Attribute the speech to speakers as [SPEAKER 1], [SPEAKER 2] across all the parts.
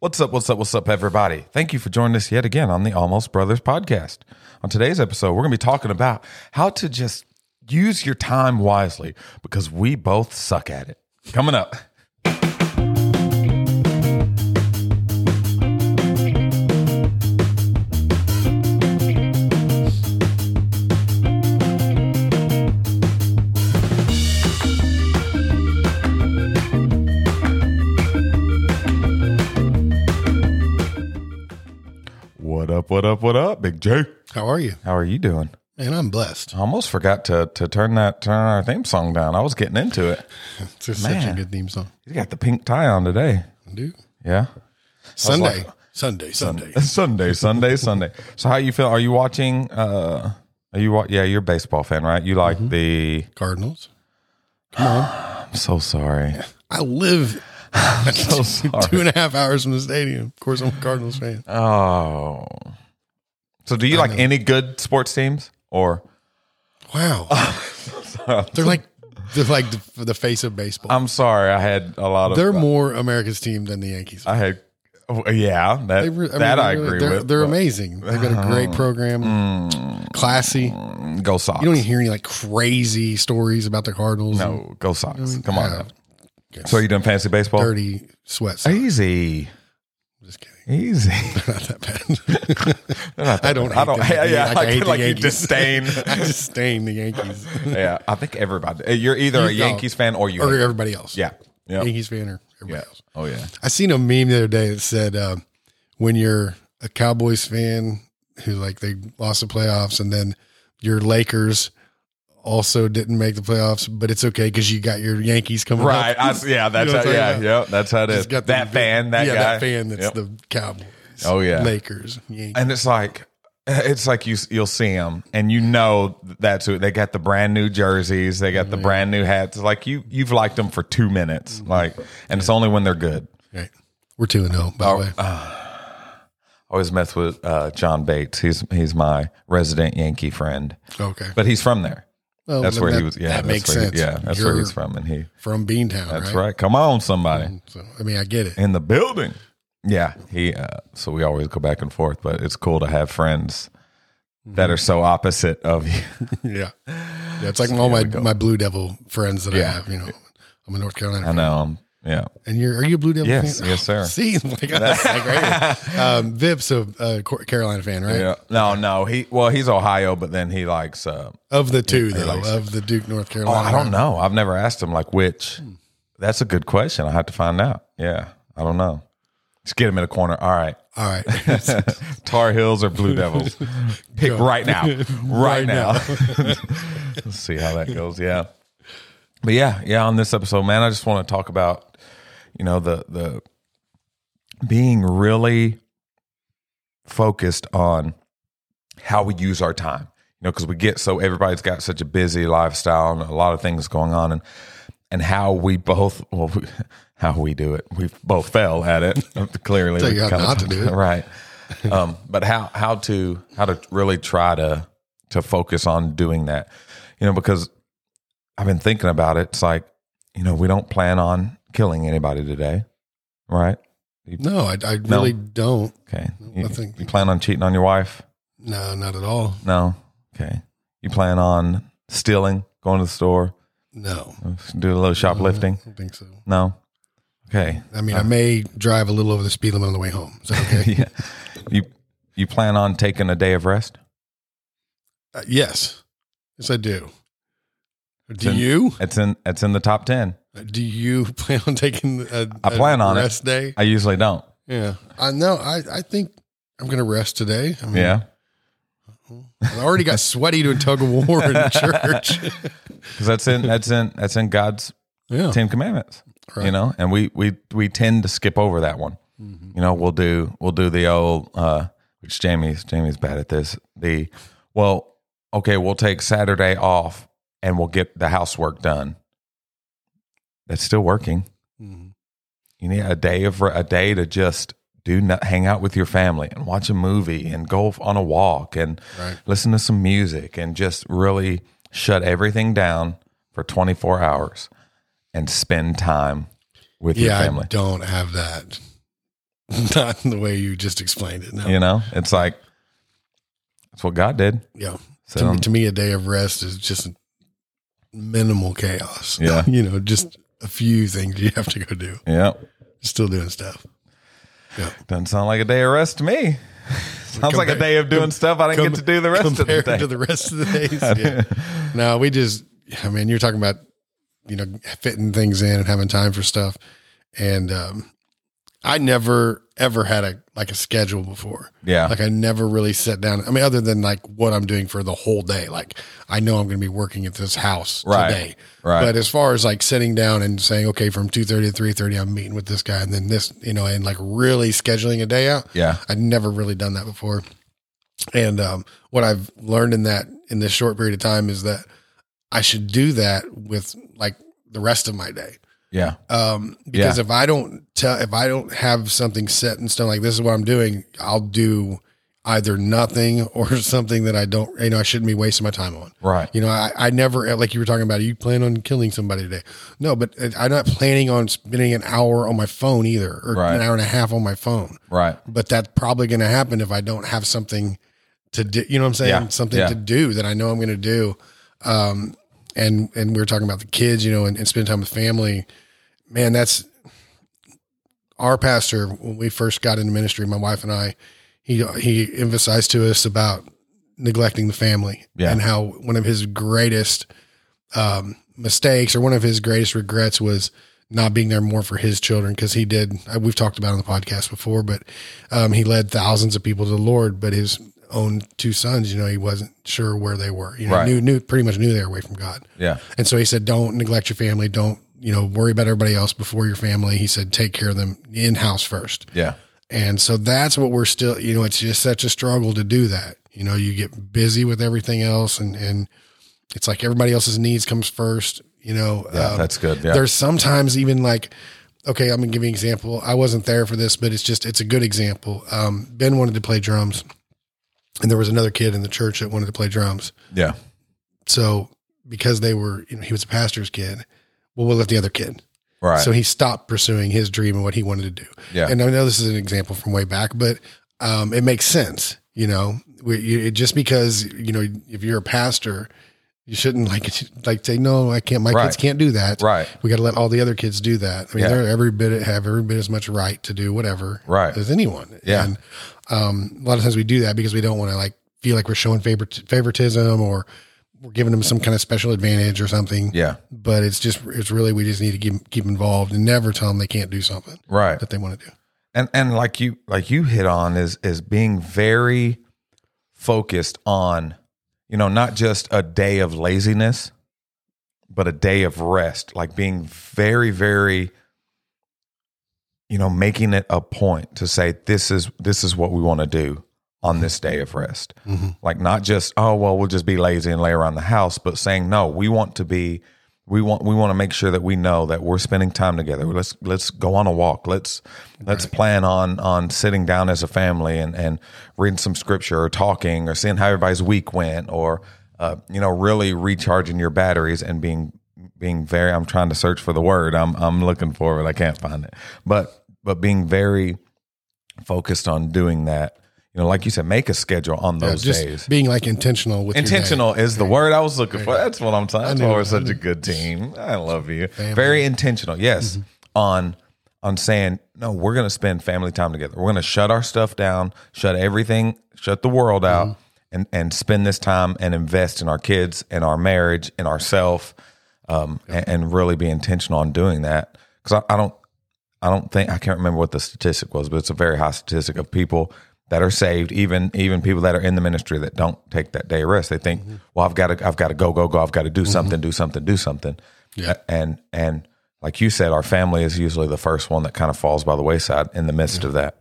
[SPEAKER 1] What's up? What's up? What's up, everybody? Thank you for joining us yet again on the Almost Brothers podcast. On today's episode, we're going to be talking about how to just use your time wisely because we both suck at it. Coming up. What up? What up? What up, Big J?
[SPEAKER 2] How are you?
[SPEAKER 1] How are you doing?
[SPEAKER 2] Man, I'm blessed.
[SPEAKER 1] I almost forgot to to turn that turn our theme song down. I was getting into it.
[SPEAKER 2] It's just such
[SPEAKER 1] Man.
[SPEAKER 2] a good theme song.
[SPEAKER 1] You got the pink tie on today.
[SPEAKER 2] Dude.
[SPEAKER 1] Yeah.
[SPEAKER 2] Sunday. Sunday, Sunday.
[SPEAKER 1] Sunday, Sunday, Sunday. So how you feel? Are you watching uh are you wa- yeah, you're a baseball fan, right? You like the
[SPEAKER 2] Cardinals.
[SPEAKER 1] I'm so sorry.
[SPEAKER 2] I live
[SPEAKER 1] so sorry.
[SPEAKER 2] two and a half hours from the stadium. Of course, I'm a Cardinals fan.
[SPEAKER 1] Oh. So do you like any good sports teams or
[SPEAKER 2] Wow. they're like they're like the, the face of baseball.
[SPEAKER 1] I'm sorry, I had a lot of
[SPEAKER 2] They're more America's team than the Yankees.
[SPEAKER 1] I had oh, yeah, that
[SPEAKER 2] They re- I mean,
[SPEAKER 1] that
[SPEAKER 2] they
[SPEAKER 1] I
[SPEAKER 2] really-
[SPEAKER 1] agree
[SPEAKER 2] they're,
[SPEAKER 1] with. Uh-huh. Mm.
[SPEAKER 2] They're amazing. They've got a great program. Classy. You
[SPEAKER 1] amazing. Mm, Go Sox.
[SPEAKER 2] don't even hear any like crazy stories about the Cardinals. and
[SPEAKER 1] no, go Sox. Come on.
[SPEAKER 2] yeah.
[SPEAKER 1] now. So you doing fantasy baseball?
[SPEAKER 2] Dirty sweats.
[SPEAKER 1] Easy.
[SPEAKER 2] just kidding.
[SPEAKER 1] Easy.
[SPEAKER 2] Not that bad. I don't. Hate
[SPEAKER 1] I don't.
[SPEAKER 2] the
[SPEAKER 1] Yeah,
[SPEAKER 2] Yankees.
[SPEAKER 1] yeah.
[SPEAKER 2] Like,
[SPEAKER 1] Like,
[SPEAKER 2] I hate
[SPEAKER 1] like
[SPEAKER 2] the
[SPEAKER 1] you
[SPEAKER 2] Yankees.
[SPEAKER 1] disdain.
[SPEAKER 2] I disdain the Yankees
[SPEAKER 1] yeah, I think everybody. eh, You're either a
[SPEAKER 2] You know,
[SPEAKER 1] Yankees fan or you.
[SPEAKER 2] or
[SPEAKER 1] hate-
[SPEAKER 2] everybody else.
[SPEAKER 1] yeah. Yeah.
[SPEAKER 2] Yankees fan or everybody
[SPEAKER 1] Yeah.
[SPEAKER 2] else.
[SPEAKER 1] Oh yeah.
[SPEAKER 2] I seen a meme the other day that said, uh, "When you're a Cowboys fan who like they lost the playoffs, and then your Lakers also didn't make the playoffs, but it's okay because you got your Yankees coming
[SPEAKER 1] Right. I,
[SPEAKER 2] up.
[SPEAKER 1] s- yeah. That's
[SPEAKER 2] know
[SPEAKER 1] how,
[SPEAKER 2] what I'm
[SPEAKER 1] yeah.
[SPEAKER 2] talking
[SPEAKER 1] Yeah. That's how it is.
[SPEAKER 2] Just
[SPEAKER 1] That
[SPEAKER 2] the-
[SPEAKER 1] fan. That
[SPEAKER 2] yeah,
[SPEAKER 1] guy.
[SPEAKER 2] that fan that's
[SPEAKER 1] Yep.
[SPEAKER 2] the Cowboys.
[SPEAKER 1] Oh, yeah.
[SPEAKER 2] Lakers, Yankees.
[SPEAKER 1] and it's like. It's like you you'll see them and you know that's who they got the brand new jerseys they got the brand new hats like you you've liked them for two minutes like and it's only when they're good
[SPEAKER 2] Right. We're two and zero by
[SPEAKER 1] Oh,
[SPEAKER 2] the way.
[SPEAKER 1] uh, I always mess with uh, John Bates he's he's my resident Yankee friend
[SPEAKER 2] okay.
[SPEAKER 1] but he's from there
[SPEAKER 2] Well,
[SPEAKER 1] that's
[SPEAKER 2] then
[SPEAKER 1] where
[SPEAKER 2] that-
[SPEAKER 1] he was yeah
[SPEAKER 2] that
[SPEAKER 1] that's
[SPEAKER 2] makes
[SPEAKER 1] where he-
[SPEAKER 2] sense.
[SPEAKER 1] yeah that's where
[SPEAKER 2] You're
[SPEAKER 1] he's from and he
[SPEAKER 2] from Beantown,
[SPEAKER 1] That's
[SPEAKER 2] right?
[SPEAKER 1] right. Mm-hmm. Come on, somebody
[SPEAKER 2] So I mean, I get it.
[SPEAKER 1] in the building. Yeah, he. Uh, so we always go back and forth, but it's cool to have friends that are so opposite of you.
[SPEAKER 2] yeah. yeah, it's like all my, my Blue Devil friends that I
[SPEAKER 1] Yeah.
[SPEAKER 2] have. You know, I'm a North Carolina,
[SPEAKER 1] I
[SPEAKER 2] fan.
[SPEAKER 1] know. um, Yeah.
[SPEAKER 2] and you're are you a Blue Devil?
[SPEAKER 1] Yes,
[SPEAKER 2] fan?
[SPEAKER 1] yes, sir.
[SPEAKER 2] See, like, that's like right here. Um, Vip's a uh, Cor- Carolina fan, right?
[SPEAKER 1] Yeah. No, no. He. Well, he's Ohio, but then he likes. Uh,
[SPEAKER 2] Of the two, though,
[SPEAKER 1] likes
[SPEAKER 2] of the Duke, North
[SPEAKER 1] oh,
[SPEAKER 2] Carolina.
[SPEAKER 1] I don't know. I've never asked him like which. That's a good question. I have to find out. Yeah, I don't know. Just get him in a corner. All right.
[SPEAKER 2] All right,
[SPEAKER 1] Tar Heels or Blue Devils? Pick right now. Right, now. Let's see how that goes. Yeah. But yeah, yeah, on this episode, man, I just want to talk about, you know, the the being really focused on how we use our time. You know, because we get so everybody's got such a busy lifestyle and a lot of things going on, and and how we both well, we, how we do it. We both fell at it. Clearly,
[SPEAKER 2] Tell you
[SPEAKER 1] we
[SPEAKER 2] how
[SPEAKER 1] kinda
[SPEAKER 2] not to
[SPEAKER 1] talked
[SPEAKER 2] do it.
[SPEAKER 1] right? Um, but how how to how to really try to to focus on doing that, you know, because I've been thinking about it. It's like you know we don't plan on killing anybody today, right?
[SPEAKER 2] no, I, I really don't.
[SPEAKER 1] Okay, you,
[SPEAKER 2] nothing.
[SPEAKER 1] you plan on cheating on your wife?
[SPEAKER 2] No, not at all.
[SPEAKER 1] No. Okay, you plan on stealing, going to the store,
[SPEAKER 2] No,
[SPEAKER 1] do a little shoplifting?
[SPEAKER 2] I don't think so.
[SPEAKER 1] No. Okay.
[SPEAKER 2] I mean, I may drive a little over the speed limit on the way home. Is that okay?
[SPEAKER 1] yeah. You you plan on taking a day of rest?
[SPEAKER 2] Uh, yes, yes, I do. Do
[SPEAKER 1] Then-
[SPEAKER 2] you?
[SPEAKER 1] It's in it's in the top ten.
[SPEAKER 2] Uh, Do you plan on taking a,
[SPEAKER 1] I
[SPEAKER 2] a
[SPEAKER 1] plan on it.
[SPEAKER 2] rest day?
[SPEAKER 1] I usually don't.
[SPEAKER 2] Yeah, I know. Uh, I, I think I'm going to rest today. I mean,
[SPEAKER 1] Yeah.
[SPEAKER 2] I already got sweaty doing tug of war in church.
[SPEAKER 1] because that's in that's in that's in God's
[SPEAKER 2] yeah,
[SPEAKER 1] Ten Commandments. You
[SPEAKER 2] Right.
[SPEAKER 1] know, and we we we tend to skip over that one. You know, we'll do we'll do the old uh which Jamie's Jamie's bad at this. The well, okay, we'll take Saturday off and we'll get the housework done. That's still working.
[SPEAKER 2] Mhm.
[SPEAKER 1] You need a day of a day to just do not hang out with your family and watch a movie and go on a walk and
[SPEAKER 2] Right.
[SPEAKER 1] listen to some music and just really shut everything down for 24 hours and spend time with your
[SPEAKER 2] yeah. I
[SPEAKER 1] family.
[SPEAKER 2] don't have that. Not in the way you just explained it. No.
[SPEAKER 1] You know, it's like that's what God did.
[SPEAKER 2] Yeah.
[SPEAKER 1] So
[SPEAKER 2] to,
[SPEAKER 1] um,
[SPEAKER 2] me, to me, a day of rest is just minimal chaos.
[SPEAKER 1] Yeah.
[SPEAKER 2] you know, just a few things you have to go do.
[SPEAKER 1] yeah,
[SPEAKER 2] Still doing stuff.
[SPEAKER 1] doesn't sound like a day of rest to me. Sounds like a
[SPEAKER 2] Compare-
[SPEAKER 1] day of doing stuff I didn't
[SPEAKER 2] com-
[SPEAKER 1] get to do the rest of the
[SPEAKER 2] compared
[SPEAKER 1] day.
[SPEAKER 2] to the rest of the days. yeah. No, we just, I mean, you're talking about, you know, fitting things in and having time for stuff. And um, I never, ever had a, like a schedule before.
[SPEAKER 1] yeah,
[SPEAKER 2] Like I never really sat down. I mean, other than like what I'm doing for the whole day. Like I know I'm going to be working at this house
[SPEAKER 1] Right.
[SPEAKER 2] today.
[SPEAKER 1] right.
[SPEAKER 2] But as far as like sitting down and saying, okay, from two thirty to three thirty, I'm meeting with this guy, and then this, you know, and like really scheduling a day out.
[SPEAKER 1] yeah,
[SPEAKER 2] I'd never really done that before. And um, what I've learned in that in this short period of time is that I should do that with like the rest of my day.
[SPEAKER 1] yeah,
[SPEAKER 2] Um, because if I don't tell, if I don't have something set in stone, like this is what I'm doing, I'll do either nothing or something that I don't, you know, I shouldn't be wasting my time on.
[SPEAKER 1] right.
[SPEAKER 2] You know, I, I never, uh, like you were talking about, you plan on killing somebody today. No, but uh, I'm not planning on spending an hour on my phone either, or
[SPEAKER 1] Right.
[SPEAKER 2] an hour and a half on my phone.
[SPEAKER 1] Right.
[SPEAKER 2] But that's probably going to happen if I don't have something to do. You know what I'm saying?
[SPEAKER 1] Yeah.
[SPEAKER 2] Something
[SPEAKER 1] Yeah.
[SPEAKER 2] to do that I know I'm going to do. Um, and and we were talking about the kids, you know, and, and spending time with family. Man, that's our pastor when we first got into ministry. My wife and I, he he emphasized to us about neglecting the family
[SPEAKER 1] Yeah.
[SPEAKER 2] and how one of his greatest um, mistakes or one of his greatest regrets was not being there more for his children because he did I- we've talked about it on the podcast before but um, he led thousands of people to the lord but his own two sons you know he wasn't sure where they were you know
[SPEAKER 1] Right.
[SPEAKER 2] knew, knew pretty much knew they were away from god
[SPEAKER 1] Yeah.
[SPEAKER 2] and so he said, don't neglect your family. Don't, you know, worry about everybody else before your family. He said, take care of them in house first.
[SPEAKER 1] Yeah.
[SPEAKER 2] And so that's what we're still, you know, it's just such a struggle to do that. You know, you get busy with everything else and, and it's like everybody else's needs comes first, you know,
[SPEAKER 1] Yeah.
[SPEAKER 2] Um,
[SPEAKER 1] that's good. Yeah.
[SPEAKER 2] there's sometimes even like, okay, I'm gonna give you an example. I wasn't there for this, but it's just, it's a good example. Um, ben wanted to play drums and there was another kid in the church that wanted to play drums
[SPEAKER 1] Yeah.
[SPEAKER 2] so because they were, you know, he was a pastor's kid, well, we'll let the other kid.
[SPEAKER 1] Right.
[SPEAKER 2] So he stopped pursuing his dream and what he wanted to do.
[SPEAKER 1] yeah.
[SPEAKER 2] And I know this is an example from way back, but um, it makes sense. You know, we, you, it, just because you know if you're a pastor, you shouldn't like like say no, I can't. My
[SPEAKER 1] Right.
[SPEAKER 2] kids can't do that.
[SPEAKER 1] right.
[SPEAKER 2] We got to let all the other kids do that. I mean,
[SPEAKER 1] Yeah.
[SPEAKER 2] they're every bit have every bit as much right to do whatever
[SPEAKER 1] Right.
[SPEAKER 2] as anyone.
[SPEAKER 1] Yeah.
[SPEAKER 2] And um, a lot of times we do that because we don't want to like feel like we're showing favorit- favoritism or we're giving them some kind of special advantage or something.
[SPEAKER 1] Yeah.
[SPEAKER 2] But it's just it's really we just need to keep keep involved and never tell them they can't do something
[SPEAKER 1] Right.
[SPEAKER 2] that they want to do.
[SPEAKER 1] and and like you like you hit on is is being very focused on you know not just a day of laziness but a day of rest like being very very you know making it a point to say this is this is what we want to do on this day of rest
[SPEAKER 2] Mhm.
[SPEAKER 1] like not just oh well we'll just be lazy and lay around the house but saying no we want to be we want we want to make sure that we know that we're spending time together let's let's go on a walk let's let's plan on on sitting down as a family and and reading some scripture or talking or seeing how everybody's week went or uh, you know really recharging your batteries and being being very I'm trying to search for the word I'm I'm looking for it I can't find it but but being very focused on doing that you know like you said make a schedule on
[SPEAKER 2] Yeah,
[SPEAKER 1] those
[SPEAKER 2] just
[SPEAKER 1] days
[SPEAKER 2] being like intentional with your day.
[SPEAKER 1] Intentional is the word I was looking for. That's what I'm talking. That's
[SPEAKER 2] knew
[SPEAKER 1] why
[SPEAKER 2] it.
[SPEAKER 1] we're
[SPEAKER 2] I
[SPEAKER 1] such a
[SPEAKER 2] knew
[SPEAKER 1] good team. I love you. Very intentional. Yes,
[SPEAKER 2] Mm-hmm.
[SPEAKER 1] on on saying no. We're gonna spend family time together. We're gonna shut our stuff down. Shut everything. Shut the world out.
[SPEAKER 2] Mm-hmm.
[SPEAKER 1] And and spend this time and invest in our kids and our marriage and ourself. Um, and, and really be intentional on doing that because I, I don't I don't think I can't remember what the statistic was, but it's a very high statistic of people that are saved, even even people that are in the ministry that don't take that day of rest. They think, well, I've got to I've got to go go go. I've got to do something, do something, do something.
[SPEAKER 2] Yeah.
[SPEAKER 1] A- And and like you said, our family is usually the first one that kind of falls by the wayside in the midst of that.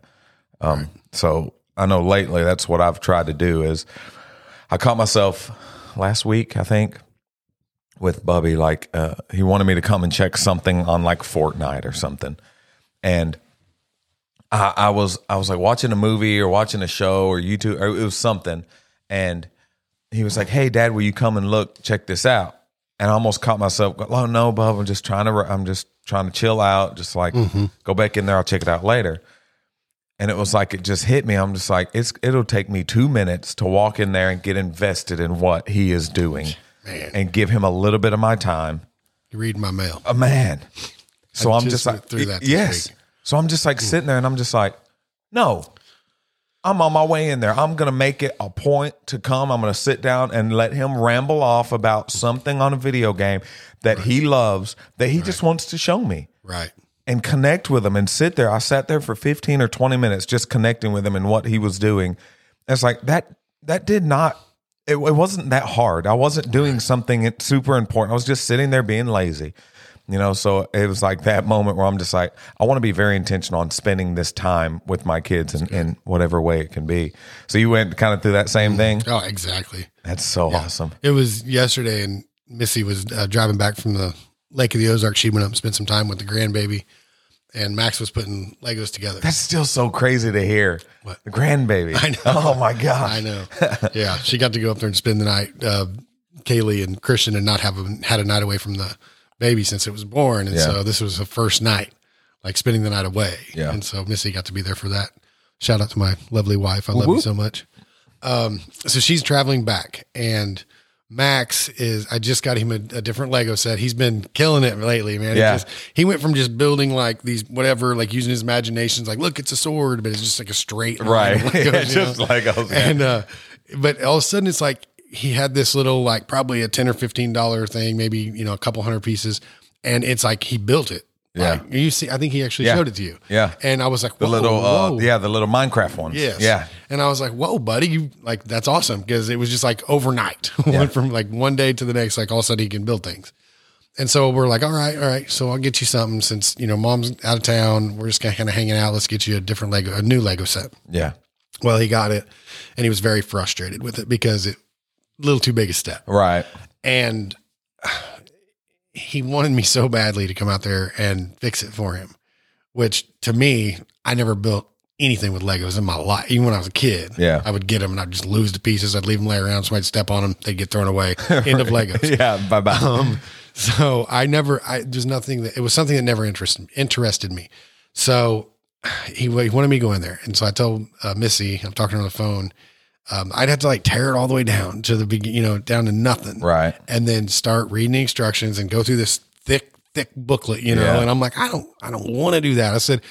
[SPEAKER 1] Um, So I know lately that's what I've tried to do is I caught myself last week, I think, with Bubby. Like uh, he wanted me to come and check something on like Fortnite or something, and I, I was I was like watching a movie or watching a show or YouTube or it was something, and he was like, "Hey, Dad, will you come and look check this out?" And I almost caught myself. go, Oh no, Bub! I'm just trying to. I'm just trying to chill out. Just like go back in there. I'll check it out later. And it was like it just hit me. I'm just like, it's it'll take me two minutes to walk in there and get invested in what he is doing
[SPEAKER 2] Man.
[SPEAKER 1] and give him a little bit of my time.
[SPEAKER 2] You read my mail.
[SPEAKER 1] A man. So
[SPEAKER 2] I
[SPEAKER 1] I'm
[SPEAKER 2] just
[SPEAKER 1] just
[SPEAKER 2] went
[SPEAKER 1] like
[SPEAKER 2] through that this
[SPEAKER 1] Yes.
[SPEAKER 2] week.
[SPEAKER 1] So I'm just like sitting there and I'm just like, no. I'm on my way in there. I'm gonna make it a point to come. I'm gonna sit down and let him ramble off about something on a video game that he loves that he just wants to show me
[SPEAKER 2] Right.
[SPEAKER 1] and connect with him and sit there. I sat there for 15 or 20 minutes just connecting with him and what he was doing. And it's like that that did not it, it wasn't that hard. I wasn't doing something super important. I was just sitting there being lazy. You know, so it was like that moment where I'm just like, I want to be very intentional on spending this time with my kids in, in whatever way it can be. So you went kind of through that same thing.
[SPEAKER 2] Oh, exactly.
[SPEAKER 1] That's so awesome.
[SPEAKER 2] It was yesterday, and Missy was uh, driving back from the Lake of the Ozarks. She went up and spent some time with the grandbaby, and Max was putting Legos together.
[SPEAKER 1] That's still so crazy to hear.
[SPEAKER 2] What?
[SPEAKER 1] The grandbaby. I
[SPEAKER 2] know.
[SPEAKER 1] Oh my gosh.
[SPEAKER 2] I know. yeah, she got to go up there and spend the night. Uh, Kaylee and Christian and not have a, had a night away from the baby since it was born, and
[SPEAKER 1] Yeah.
[SPEAKER 2] so this was the first night, like spending the night away.
[SPEAKER 1] Yeah.
[SPEAKER 2] And so Missy got to be there for that. Shout out to my lovely wife. I love you
[SPEAKER 1] Whoop.
[SPEAKER 2] so much. Um, so she's traveling back, and Max is. I just got him a, a different Lego set. He's been killing it lately, man. He
[SPEAKER 1] Yeah.
[SPEAKER 2] just- he went from just building like these whatever, like using his imaginations, like look, it's a sword, but it's just like a straight
[SPEAKER 1] Right.
[SPEAKER 2] line of Legos,
[SPEAKER 1] Yeah,
[SPEAKER 2] you
[SPEAKER 1] just
[SPEAKER 2] know?
[SPEAKER 1] like I was
[SPEAKER 2] and uh but all of a sudden it's like he had this little like probably a 10 or 15 dollar thing maybe you know a couple hundred pieces and it's like he built it
[SPEAKER 1] Yeah.
[SPEAKER 2] Like, you see i think he actually
[SPEAKER 1] Yeah.
[SPEAKER 2] showed it to you
[SPEAKER 1] Yeah.
[SPEAKER 2] and i was like
[SPEAKER 1] the
[SPEAKER 2] whoa,
[SPEAKER 1] little uh,
[SPEAKER 2] Oh, whoa.
[SPEAKER 1] yeah the little minecraft ones
[SPEAKER 2] Yes.
[SPEAKER 1] yeah
[SPEAKER 2] And I was like, whoa, buddy, you like that's awesome. Cause it was just like overnight. Went from like one day to the next, like all of a sudden he can build things. And so we're like, all right, all right. So I'll get you something since, you know, mom's out of town. We're just kind of hanging out. Let's get you a different Lego, a new Lego set.
[SPEAKER 1] yeah
[SPEAKER 2] Well, he got it and he was very frustrated with it because it a little too big a step.
[SPEAKER 1] right
[SPEAKER 2] And he wanted me so badly to come out there and fix it for him, which to me, I never built anything with Legos in my life. Even when I was a kid,
[SPEAKER 1] Yeah.
[SPEAKER 2] I would get them and I'd just lose the pieces. I'd leave them lay around. Somebody'd step on them. They'd get thrown away. End of Legos.
[SPEAKER 1] yeah bye bye
[SPEAKER 2] Um, so I never, I, there's nothing that, it was something that never interested, interested me. So he, wa- he wanted me to go in there. And so I told uh, Missy, I'm talking on the phone, um, I'd have to like tear it all the way down to the beginning, you know, down to nothing.
[SPEAKER 1] right
[SPEAKER 2] And then start reading the instructions and go through this thick, thick booklet, you know?
[SPEAKER 1] Yeah.
[SPEAKER 2] And I'm like, I don't, I don't want to do that. I said,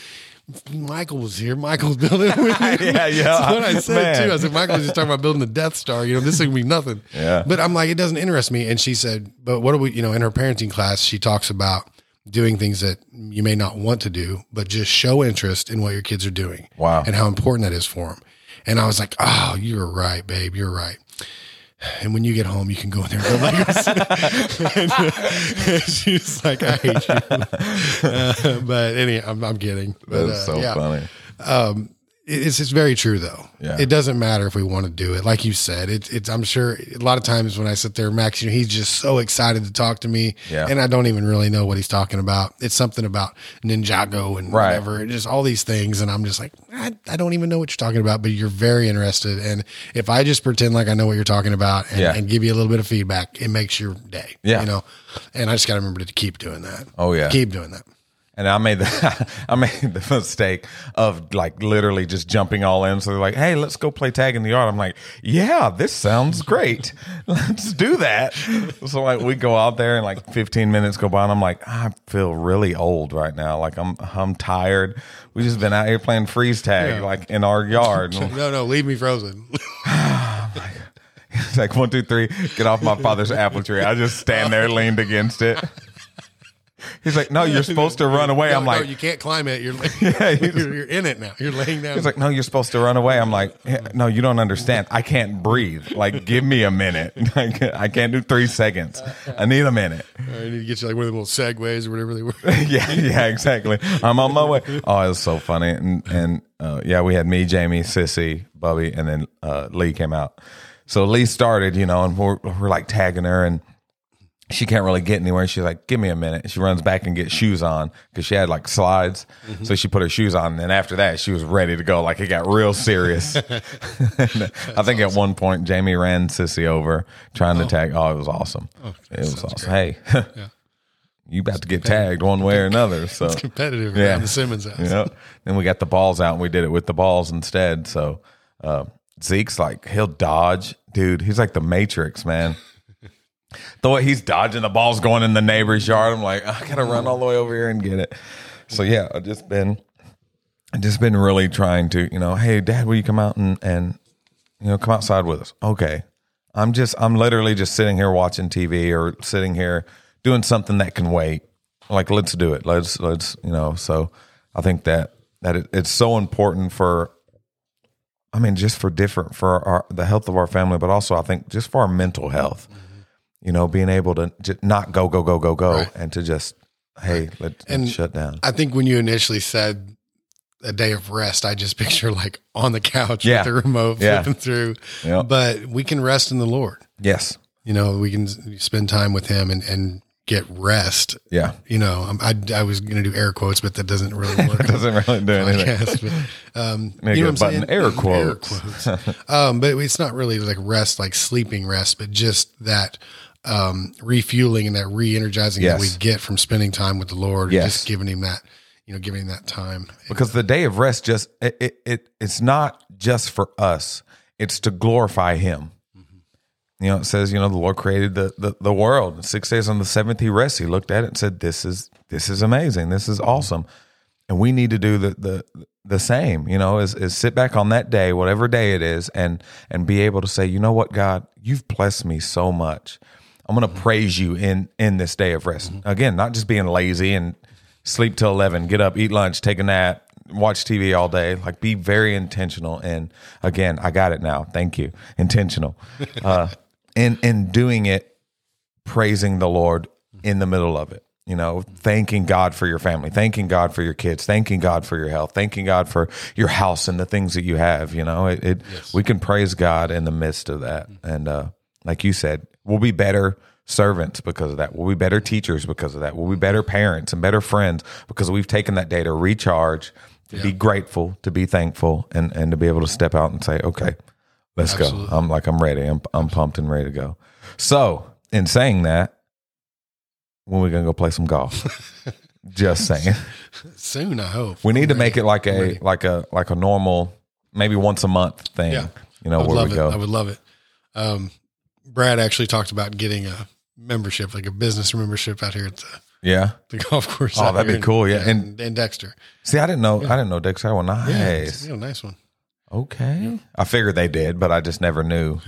[SPEAKER 2] Michael was here. Michael's building. With me.
[SPEAKER 1] Yeah, yeah.
[SPEAKER 2] That's what I said
[SPEAKER 1] Man.
[SPEAKER 2] too. I said Michael was just talking about building the Death Star. You know, this thing would be nothing.
[SPEAKER 1] Yeah.
[SPEAKER 2] But I'm like, it doesn't interest me. And she said, but what do we? You know, in her parenting class, she talks about doing things that you may not want to do, but just show interest in what your kids are doing.
[SPEAKER 1] Wow.
[SPEAKER 2] And how important that is for them. And I was like, oh, you're right, babe. You're right. And when you get home, you can go in there and build Legos. and she's like, I hate you. Uh, but anyway, I'm, I'm kidding. But,
[SPEAKER 1] that's
[SPEAKER 2] uh,
[SPEAKER 1] so
[SPEAKER 2] yeah.
[SPEAKER 1] funny
[SPEAKER 2] It- It's, it's very true though.
[SPEAKER 1] Yeah.
[SPEAKER 2] It doesn't matter if we want to do it. Like you said, it, it's, I'm sure a lot of times when I sit there, Max, you know, he's just so excited to talk to me
[SPEAKER 1] Yeah.
[SPEAKER 2] and I don't even really know what he's talking about. It's something about Ninjago and
[SPEAKER 1] Right.
[SPEAKER 2] whatever, and just all these things. And I'm just like, I, I don't even know what you're talking about, but you're very interested. And if I just pretend like I know what you're talking about and,
[SPEAKER 1] Yeah.
[SPEAKER 2] and give you a little bit of feedback, it makes your day,
[SPEAKER 1] Yeah.
[SPEAKER 2] you know? And I just got to remember to keep doing that.
[SPEAKER 1] Oh, yeah.
[SPEAKER 2] Keep doing that.
[SPEAKER 1] and I made the I made the mistake of like literally just jumping all in. So they're like, "Hey, let's go play tag in the yard." I'm like, "Yeah, this sounds great. Let's do that." So like we go out there and like 15 minutes go by, and I'm like, "I feel really old right now. Like I'm I'm tired. We just been out here playing freeze tag like in our yard." And I'm
[SPEAKER 2] No, no, leave me frozen.
[SPEAKER 1] It's like one, two, three, get off my father's apple tree. I just stand there leaned against it. He's like, No, you're supposed to run away.
[SPEAKER 2] No,
[SPEAKER 1] I'm
[SPEAKER 2] no,
[SPEAKER 1] like
[SPEAKER 2] you can't climb it. You're, like,
[SPEAKER 1] you-
[SPEAKER 2] you're, you're in it now. You're laying down.
[SPEAKER 1] He's like, No, you're supposed to run away. I'm like, "Yeah, No, you don't understand. I can't breathe. Like, give me a minute. Like, I can't do three seconds. I need a minute.
[SPEAKER 2] All right, I need to get you like one of the little segways or whatever they were.
[SPEAKER 1] yeah, yeah, exactly. I'm on my way. Oh, it was so funny. And and uh, yeah, we had me, Jamie, Sissy, Bubby, and then uh, Lee came out. So Lee started, you know, and we're, we're like tagging her, and she can't really get anywhere. She's like, "Give me a minute." She runs back and gets shoes on because she had like slides,
[SPEAKER 2] Mm-hmm.
[SPEAKER 1] so she put her shoes on. And then after that, she was ready to go. Like it got real serious. I think at one point, Jamie Oh, ran Sissy over trying to tag. Oh, it was awesome. it was awesome. Hey. you about to get tagged one way or another. So
[SPEAKER 2] It's competitive
[SPEAKER 1] Yeah.
[SPEAKER 2] around the Simmons house.
[SPEAKER 1] yeah. Then we got the balls out and we did it with the balls instead. So uh, Zeke's like, he'll dodge. Dude, he's like the Matrix, man. the way he's dodging the balls going in the neighbor's yard, I'm like, I got to run all the way over here and get it. So yeah, I've just been. I've just been really trying to, you know, hey, dad, will you come out and, and, you know, come outside with us? Okay. I'm just, I'm literally just sitting here watching TV or sitting here doing something that can wait. Like, let's do it. Let's, let's, you know, so I think that, that it, it's so important for, I mean, just for different, for our, the health of our family, but also I think just for our mental health, you know, being able to j- not go, go, go, go, go, and to just, hey, let, us
[SPEAKER 2] And-
[SPEAKER 1] shut down.
[SPEAKER 2] I think when you initially said a day of rest, I just picture like on the couch
[SPEAKER 1] Yeah.
[SPEAKER 2] with the remote
[SPEAKER 1] Yeah.
[SPEAKER 2] flipping through.
[SPEAKER 1] Yep.
[SPEAKER 2] But we can rest in the Lord.
[SPEAKER 1] Yes.
[SPEAKER 2] You know, we can s- spend time with Him and, and get rest.
[SPEAKER 1] Yeah.
[SPEAKER 2] You know, I'm- I, I was going to do air quotes, but that doesn't really work.
[SPEAKER 1] Doesn't really do anything.
[SPEAKER 2] podcast. But, um,
[SPEAKER 1] Make
[SPEAKER 2] you know
[SPEAKER 1] a
[SPEAKER 2] what I'm saying?
[SPEAKER 1] button, air quotes.
[SPEAKER 2] quotes. um, but it's not really like rest, like sleeping rest, but just that um, refueling and that re-energizing that we
[SPEAKER 1] Yes.
[SPEAKER 2] get from spending time with the Lord.
[SPEAKER 1] Yes.
[SPEAKER 2] And just giving him that, you know, giving him that time.
[SPEAKER 1] because the day of rest just it, it, it it's not just for us it's to glorify him you know it says you know the lord created the, the the world in six days on the seventh he rests he looked at it and said this is this is amazing this is awesome and we need to do the the the same you know is, is sit back on that day whatever day it is and and be able to say you know what god you've blessed me so much i'm going to praise you in in this day of rest again not just being lazy and sleep till 11 get up eat lunch take a nap watch tv all day like be very intentional and again i got it now thank you intentional uh in in doing it praising the Lord in the middle of it. You know, thanking God for your family, thanking God for your kids, thanking God for your health, thanking God for your house and the things that you have. You know, it, it we can praise God in the midst of that. And uh, like you said, we'll be better servants because of that. We'll be better teachers because of that. We'll be better parents and better friends because we've taken that day to recharge, to be grateful, to be thankful, and and to be able to step out and say, okay, let's go. I'm like I'm ready. I'm I'm pumped and ready to go. So, in saying that, when we gonna go play some golf? Just saying,
[SPEAKER 2] Soon, I hope.
[SPEAKER 1] we need to make it like a like a like a normal, maybe once a month thing.
[SPEAKER 2] Yeah.
[SPEAKER 1] You know
[SPEAKER 2] I would
[SPEAKER 1] where
[SPEAKER 2] love
[SPEAKER 1] we
[SPEAKER 2] it.
[SPEAKER 1] go.
[SPEAKER 2] I would love it. Um, Brad actually talked about getting a membership, like a business membership out here at the,
[SPEAKER 1] yeah.
[SPEAKER 2] the golf course.
[SPEAKER 1] Oh,
[SPEAKER 2] out
[SPEAKER 1] that'd
[SPEAKER 2] here
[SPEAKER 1] be
[SPEAKER 2] in-
[SPEAKER 1] cool, yeah. And-
[SPEAKER 2] And, and Dexter.
[SPEAKER 1] See, I didn't know. I didn't know Dexter. Well,
[SPEAKER 2] It's,
[SPEAKER 1] nice.
[SPEAKER 2] you know, nice one.
[SPEAKER 1] Okay. I figured they did, but I just never knew.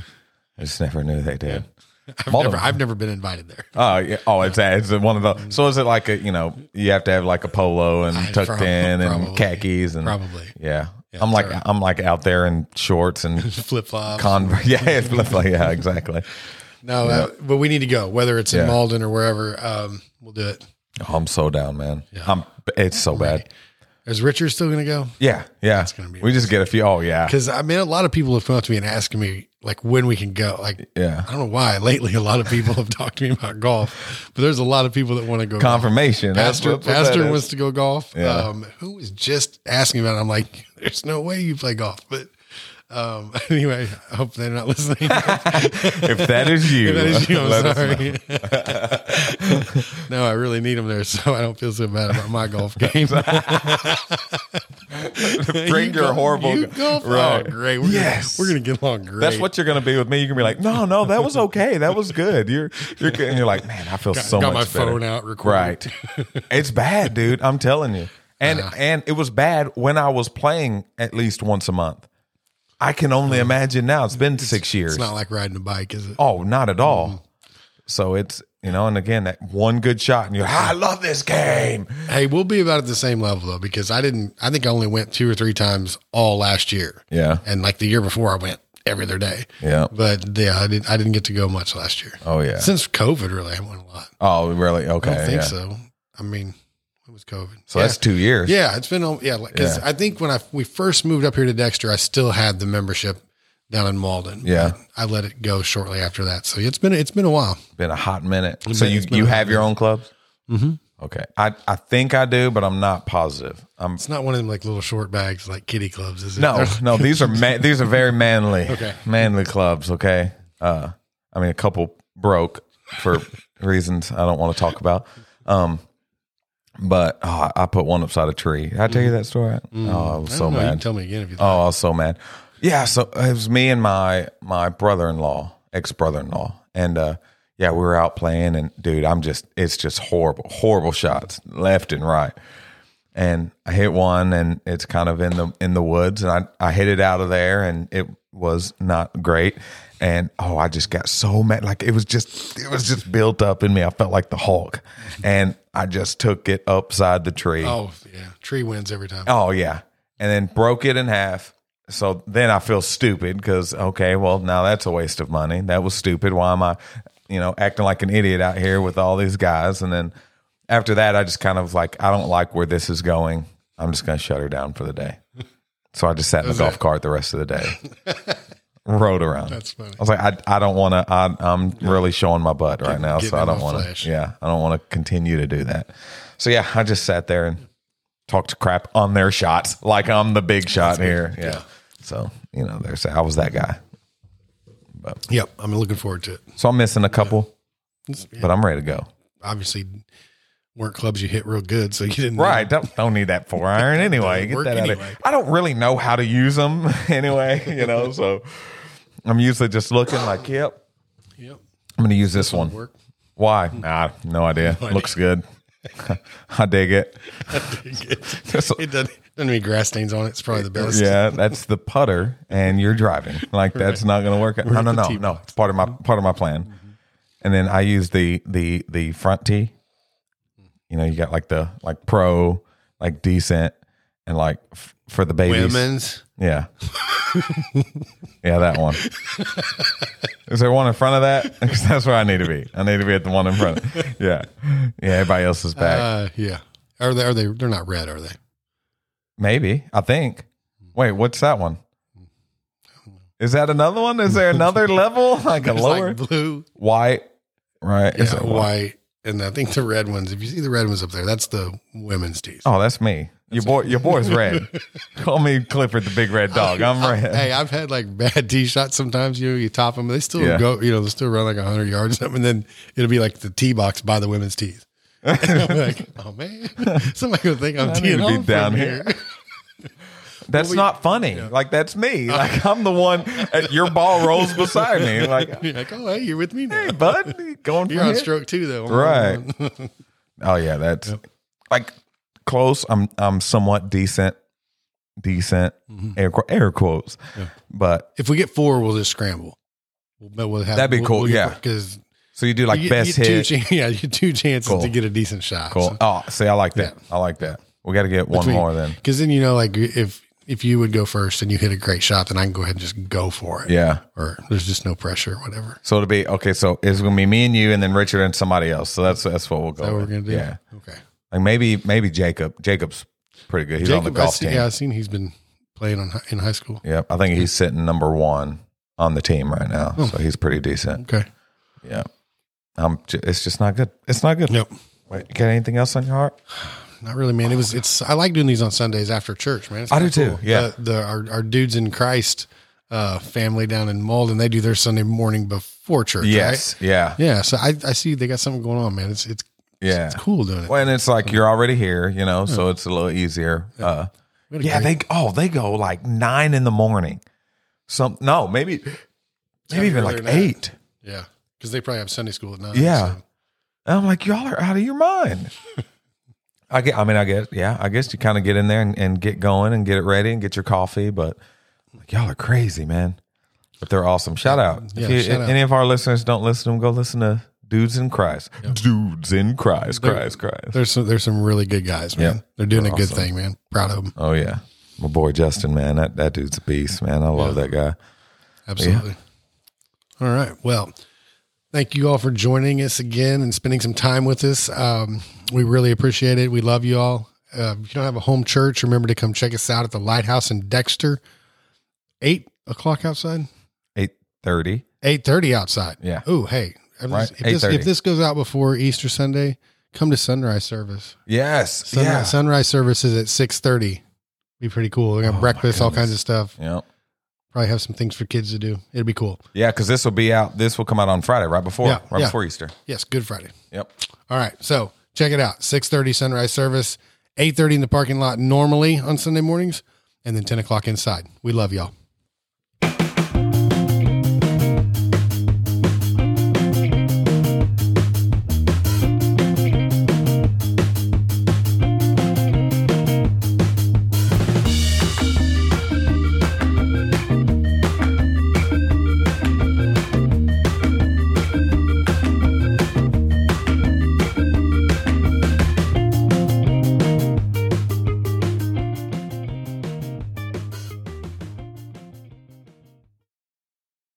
[SPEAKER 1] I just never knew they did.
[SPEAKER 2] I've
[SPEAKER 1] Multiple.
[SPEAKER 2] never, I've never been invited there.
[SPEAKER 1] Oh, yeah. oh, it's it's one of those. So is it like a you know you have to have like a polo and tucked
[SPEAKER 2] prob-
[SPEAKER 1] in and
[SPEAKER 2] probably.
[SPEAKER 1] khakis and
[SPEAKER 2] Probably.
[SPEAKER 1] Yeah. I'm like I'm like out there in shorts and
[SPEAKER 2] Flip flops.
[SPEAKER 1] converse. Yeah, it's like, yeah, exactly.
[SPEAKER 2] No, uh, but we need to go, whether it's
[SPEAKER 1] Yeah.
[SPEAKER 2] in Malden or wherever. Um, we'll do it.
[SPEAKER 1] Oh, I'm so down, man. I'm it's so bad.
[SPEAKER 2] Is Richard still going to go?
[SPEAKER 1] Yeah, yeah.
[SPEAKER 2] gonna be
[SPEAKER 1] we just get a few. Oh yeah,
[SPEAKER 2] Because I mean, a lot of people have come up to me and asking me like when we can go. Like,
[SPEAKER 1] yeah.
[SPEAKER 2] I don't know why. Lately, a lot of people have talked to me about golf, but there's a lot of people that want to go. golf.
[SPEAKER 1] Confirmation. That's
[SPEAKER 2] Pastor,
[SPEAKER 1] what- what that
[SPEAKER 2] Pastor
[SPEAKER 1] is.
[SPEAKER 2] wants to go golf.
[SPEAKER 1] Yeah.
[SPEAKER 2] Um, who was just asking about? It. I'm like, there's no way you play golf. But um, anyway, I hope they're not listening.
[SPEAKER 1] if that is you,
[SPEAKER 2] That is you. I'm
[SPEAKER 1] let us know.
[SPEAKER 2] sorry. no, I really need them there, so I don't feel so bad about my golf game.
[SPEAKER 1] Bring your
[SPEAKER 2] golf-
[SPEAKER 1] horrible
[SPEAKER 2] you golf.
[SPEAKER 1] right.
[SPEAKER 2] Oh, great. We're
[SPEAKER 1] Yes.
[SPEAKER 2] gonna, we're gonna get along great.
[SPEAKER 1] That's what you're gonna be with me. You're gonna be like, no, no, that was okay. That was good. You're you're good. and you're like, man, I feel so
[SPEAKER 2] got
[SPEAKER 1] much
[SPEAKER 2] my
[SPEAKER 1] better.
[SPEAKER 2] phone out, recording.
[SPEAKER 1] Right. it's bad, dude. I'm telling you. And
[SPEAKER 2] Ah.
[SPEAKER 1] and it was bad when I was playing at least once a month. I can only imagine now. It's been six years.
[SPEAKER 2] Hmm. It's not Hmm. like riding a bike, is it?
[SPEAKER 1] oh, not at all. So it's you know, and again, that one good shot, and you're, "Ah, I love this game.
[SPEAKER 2] Hey, we'll be about at the same level though, because I didn't. I think I only went two or three times all last year,
[SPEAKER 1] Yeah.
[SPEAKER 2] and like the year before, I went every other day.
[SPEAKER 1] Yeah.
[SPEAKER 2] But yeah, I didn't. I didn't get to go much last year.
[SPEAKER 1] Oh yeah.
[SPEAKER 2] Since COVID, really, I went a lot.
[SPEAKER 1] Oh really? Okay.
[SPEAKER 2] I don't think
[SPEAKER 1] yeah. So,
[SPEAKER 2] so. I mean, it was COVID.
[SPEAKER 1] that's two years.
[SPEAKER 2] Yeah, it's been al- yeah, because I think when I we first moved up here to Dexter, I still had the membership down in Malden.
[SPEAKER 1] Yeah.
[SPEAKER 2] I let it go shortly after that. So it's been it's been a while.
[SPEAKER 1] Been a hot minute. So you
[SPEAKER 2] it's been
[SPEAKER 1] you
[SPEAKER 2] a hot
[SPEAKER 1] have your own clubs? Mm-hmm. Okay. I I think I do, but I'm not positive. I'm
[SPEAKER 2] It's not one of them like little short bags like kitty clubs, is it?
[SPEAKER 1] No, no, these are ma- these are very manly,
[SPEAKER 2] Okay.
[SPEAKER 1] manly clubs. Okay, uh, I mean, a couple broke for reasons I don't want to talk about, Um, but oh, I put one upside a tree. Did I tell you that story? Oh, I was
[SPEAKER 2] Mm. I
[SPEAKER 1] so
[SPEAKER 2] don't know. You can
[SPEAKER 1] mad.
[SPEAKER 2] tell me again if you.
[SPEAKER 1] Oh, I was so mad. Yeah, so it was me and my my brother in law, ex brother in law, and uh, yeah, we were out playing, and dude, I'm just it's just horrible, horrible shots left and right, and I hit one, and it's kind of in the in the woods, and I I hit it out of there, and it was not great. And oh, I just got so mad. Like it was just, it was just built up in me. I felt like the Hulk, and I just took it upside the tree.
[SPEAKER 2] Oh yeah, tree wins every time.
[SPEAKER 1] Oh yeah, and then broke it in half. So then I feel stupid because okay, well now that's a waste of money. That was stupid. Why am I, you know, acting like an idiot out here with all these guys? And then after that, I just kind of like I don't like where this is going. I'm just gonna shut her down for the day. So I just sat in the golf cart the rest of the day, rode around.
[SPEAKER 2] That's funny.
[SPEAKER 1] I was like, I, I don't want to. I'm really showing my butt right now, so
[SPEAKER 2] getting
[SPEAKER 1] I
[SPEAKER 2] in
[SPEAKER 1] don't
[SPEAKER 2] my
[SPEAKER 1] want
[SPEAKER 2] flesh.
[SPEAKER 1] to. Yeah, I don't want to continue to do that. So yeah, I just sat there and talked crap on their shots, like I'm the big shot here. Yeah. So you know, there's I was that guy.
[SPEAKER 2] Yep, I'm looking forward to it.
[SPEAKER 1] So I'm missing a couple,
[SPEAKER 2] It's- yeah,
[SPEAKER 1] but I'm ready to go.
[SPEAKER 2] obviously, weren't clubs you hit real good, so you didn't
[SPEAKER 1] Right, don't don't need that four iron anyway. Get
[SPEAKER 2] work
[SPEAKER 1] that out of
[SPEAKER 2] anyway.
[SPEAKER 1] here. I don't really know how to use them anyway. You know, so I'm usually just looking like, yep,
[SPEAKER 2] Yep.
[SPEAKER 1] I'm going to use this one.
[SPEAKER 2] Work.
[SPEAKER 1] Why? Nah, no idea. Looks good. I dig it. That's-
[SPEAKER 2] It doesn't, doesn't mean grass stains on it. It's probably the best.
[SPEAKER 1] yeah, that's the putter, and you're driving. Like that's not going to work. out. No,
[SPEAKER 2] at
[SPEAKER 1] no,
[SPEAKER 2] the
[SPEAKER 1] no,
[SPEAKER 2] tee
[SPEAKER 1] no. It's part of my part of my plan. And then I use the the the front tee. You know, you got like the like pro, like decent, and like f- for the babies.
[SPEAKER 2] Women's.
[SPEAKER 1] Yeah. yeah, that one. Is there one in front of that? Because that's where I need to be. I need to be at the one in front. Yeah. Yeah, everybody else is back.
[SPEAKER 2] Uh, yeah. Are they? Are they? They're not red, are they?
[SPEAKER 1] Maybe. I think. Wait, what's that one? Is that another one? Is there another level? Like a
[SPEAKER 2] It's
[SPEAKER 1] lower
[SPEAKER 2] like blue,
[SPEAKER 1] white. Right. Is
[SPEAKER 2] yeah,
[SPEAKER 1] it white?
[SPEAKER 2] white, and I think the red ones. If you see the red ones up there, that's the women's tees.
[SPEAKER 1] Oh, that's me. Your boy your boy's red. Call me Clifford the big red dog. I'm red.
[SPEAKER 2] Hey, I've had like bad tee shots sometimes. You know, you top them, they still
[SPEAKER 1] Yeah.
[SPEAKER 2] go. You know, they still run like hundred yards, and then it'll be like the tee box by the women's tees. And I'm like, oh man, somebody will think I'm
[SPEAKER 1] I need
[SPEAKER 2] teeing
[SPEAKER 1] to be
[SPEAKER 2] off
[SPEAKER 1] down
[SPEAKER 2] from
[SPEAKER 1] here. That's not funny. Like that's me. Like I'm the one. uh, your ball rolls beside me. Like,
[SPEAKER 2] You're like, oh hey, you're with me now.
[SPEAKER 1] hey, bud, going for
[SPEAKER 2] You're on
[SPEAKER 1] here.
[SPEAKER 2] stroke two though,
[SPEAKER 1] Right. oh yeah, that's like close. I'm I'm somewhat decent, decent
[SPEAKER 2] Mm-hmm.
[SPEAKER 1] air qu- air quotes, but
[SPEAKER 2] If we get four, we'll just scramble. We'll- But we'll have,
[SPEAKER 1] That'd be
[SPEAKER 2] we'll-
[SPEAKER 1] cool,
[SPEAKER 2] we'll get-
[SPEAKER 1] yeah.
[SPEAKER 2] because
[SPEAKER 1] so you do like
[SPEAKER 2] you, get-
[SPEAKER 1] best
[SPEAKER 2] you get
[SPEAKER 1] hit.
[SPEAKER 2] Two, chan- yeah, you get two chances
[SPEAKER 1] Cool.
[SPEAKER 2] to get a decent shot.
[SPEAKER 1] cool. Oh, see, I like that. I like that. We got to get one
[SPEAKER 2] Between-
[SPEAKER 1] more then.
[SPEAKER 2] Because then you know, like if if you would go first and you hit a great shot, then I can go ahead and just go for it.
[SPEAKER 1] Yeah.
[SPEAKER 2] Or there's just no pressure, whatever.
[SPEAKER 1] So it'll be okay. So it's gonna be me and you, and then Richard and somebody else. So that's that's what we'll go.
[SPEAKER 2] That what we're
[SPEAKER 1] with.
[SPEAKER 2] gonna do.
[SPEAKER 1] Yeah.
[SPEAKER 2] Okay.
[SPEAKER 1] Like maybe maybe Jacob. Jacob's pretty good. He's on the
[SPEAKER 2] Jacob, I
[SPEAKER 1] golf
[SPEAKER 2] see,
[SPEAKER 1] team.
[SPEAKER 2] yeah, I've seen he's been playing on hi- in high school.
[SPEAKER 1] Yep. I think he's sitting number one on the team right now. So he's pretty decent.
[SPEAKER 2] Okay.
[SPEAKER 1] Yeah. I'm ju- it's just not good. It's not good.
[SPEAKER 2] Yep.
[SPEAKER 1] Wait, you got anything else on your heart?
[SPEAKER 2] Not really, man. It was. It's. I like doing these on Sundays after church, man. It's
[SPEAKER 1] I do
[SPEAKER 2] kinda
[SPEAKER 1] too, yeah.
[SPEAKER 2] The, the our, our dudes in Christ uh, family down in Malden, they do their Sunday morning before church.
[SPEAKER 1] Yes. Yeah.
[SPEAKER 2] Right? Yeah. So I, I see they got something going on, man. It's it's
[SPEAKER 1] Yeah.
[SPEAKER 2] it's cool doing it.
[SPEAKER 1] Well, and it's like you're already here, you know, so it's a little easier. Uh,
[SPEAKER 2] We had a
[SPEAKER 1] yeah,
[SPEAKER 2] great-
[SPEAKER 1] they oh they go like nine in the morning. Some no, maybe maybe even
[SPEAKER 2] earlier
[SPEAKER 1] like
[SPEAKER 2] than that.
[SPEAKER 1] eight.
[SPEAKER 2] yeah. Because they probably have Sunday school at night.
[SPEAKER 1] Yeah.
[SPEAKER 2] so-
[SPEAKER 1] And I'm like, y'all are out of your mind. I get, I mean, I guess, yeah, I guess you kind of get in there and, and get going and get it ready and get your coffee, but like, y'all are crazy, man. But they're awesome. Shout out.
[SPEAKER 2] Yeah,
[SPEAKER 1] if you,
[SPEAKER 2] shout out.
[SPEAKER 1] any of our listeners don't listen to them, go listen to Dudes in Christ. Dudes in Christ,
[SPEAKER 2] They're-
[SPEAKER 1] Christ, Christ.
[SPEAKER 2] There's some, there's some really good guys, man.
[SPEAKER 1] Yeah.
[SPEAKER 2] They're doing
[SPEAKER 1] They're
[SPEAKER 2] a good
[SPEAKER 1] awesome.
[SPEAKER 2] thing, man. Proud of them.
[SPEAKER 1] Oh, yeah. My boy Justin, man, that, that dude's a beast, man. I love that guy.
[SPEAKER 2] Absolutely. All right. Well, thank you all for joining us again and spending some time with us. Um, we really appreciate it. We love you all. Uh, if you don't have a home church, remember to come check us out at the Lighthouse in Dexter. Eight o'clock outside.
[SPEAKER 1] 830.
[SPEAKER 2] Eight thirty outside.
[SPEAKER 1] Yeah.
[SPEAKER 2] Ooh, hey. If,
[SPEAKER 1] Right,
[SPEAKER 2] this, if, this,
[SPEAKER 1] 8:30.
[SPEAKER 2] if this goes out before Easter Sunday, come to sunrise service.
[SPEAKER 1] Yes.
[SPEAKER 2] Sunrise,
[SPEAKER 1] yeah.
[SPEAKER 2] sunrise service is at six thirty. Be pretty cool. We're gonna
[SPEAKER 1] Oh,
[SPEAKER 2] have
[SPEAKER 1] my
[SPEAKER 2] breakfast, all
[SPEAKER 1] goodness.
[SPEAKER 2] kinds of stuff.
[SPEAKER 1] yeah.
[SPEAKER 2] Probably have some things for kids to do. It'll be cool.
[SPEAKER 1] Yeah. Cause this will be out. This will come out on Friday, right before,
[SPEAKER 2] Yeah,
[SPEAKER 1] right
[SPEAKER 2] yeah.
[SPEAKER 1] before Easter.
[SPEAKER 2] Yes, Good Friday.
[SPEAKER 1] Yep.
[SPEAKER 2] All right. So check it out. 6.30 sunrise service, 8.30 in the parking lot normally on Sunday mornings, and then 10 o'clock inside. We love y'all.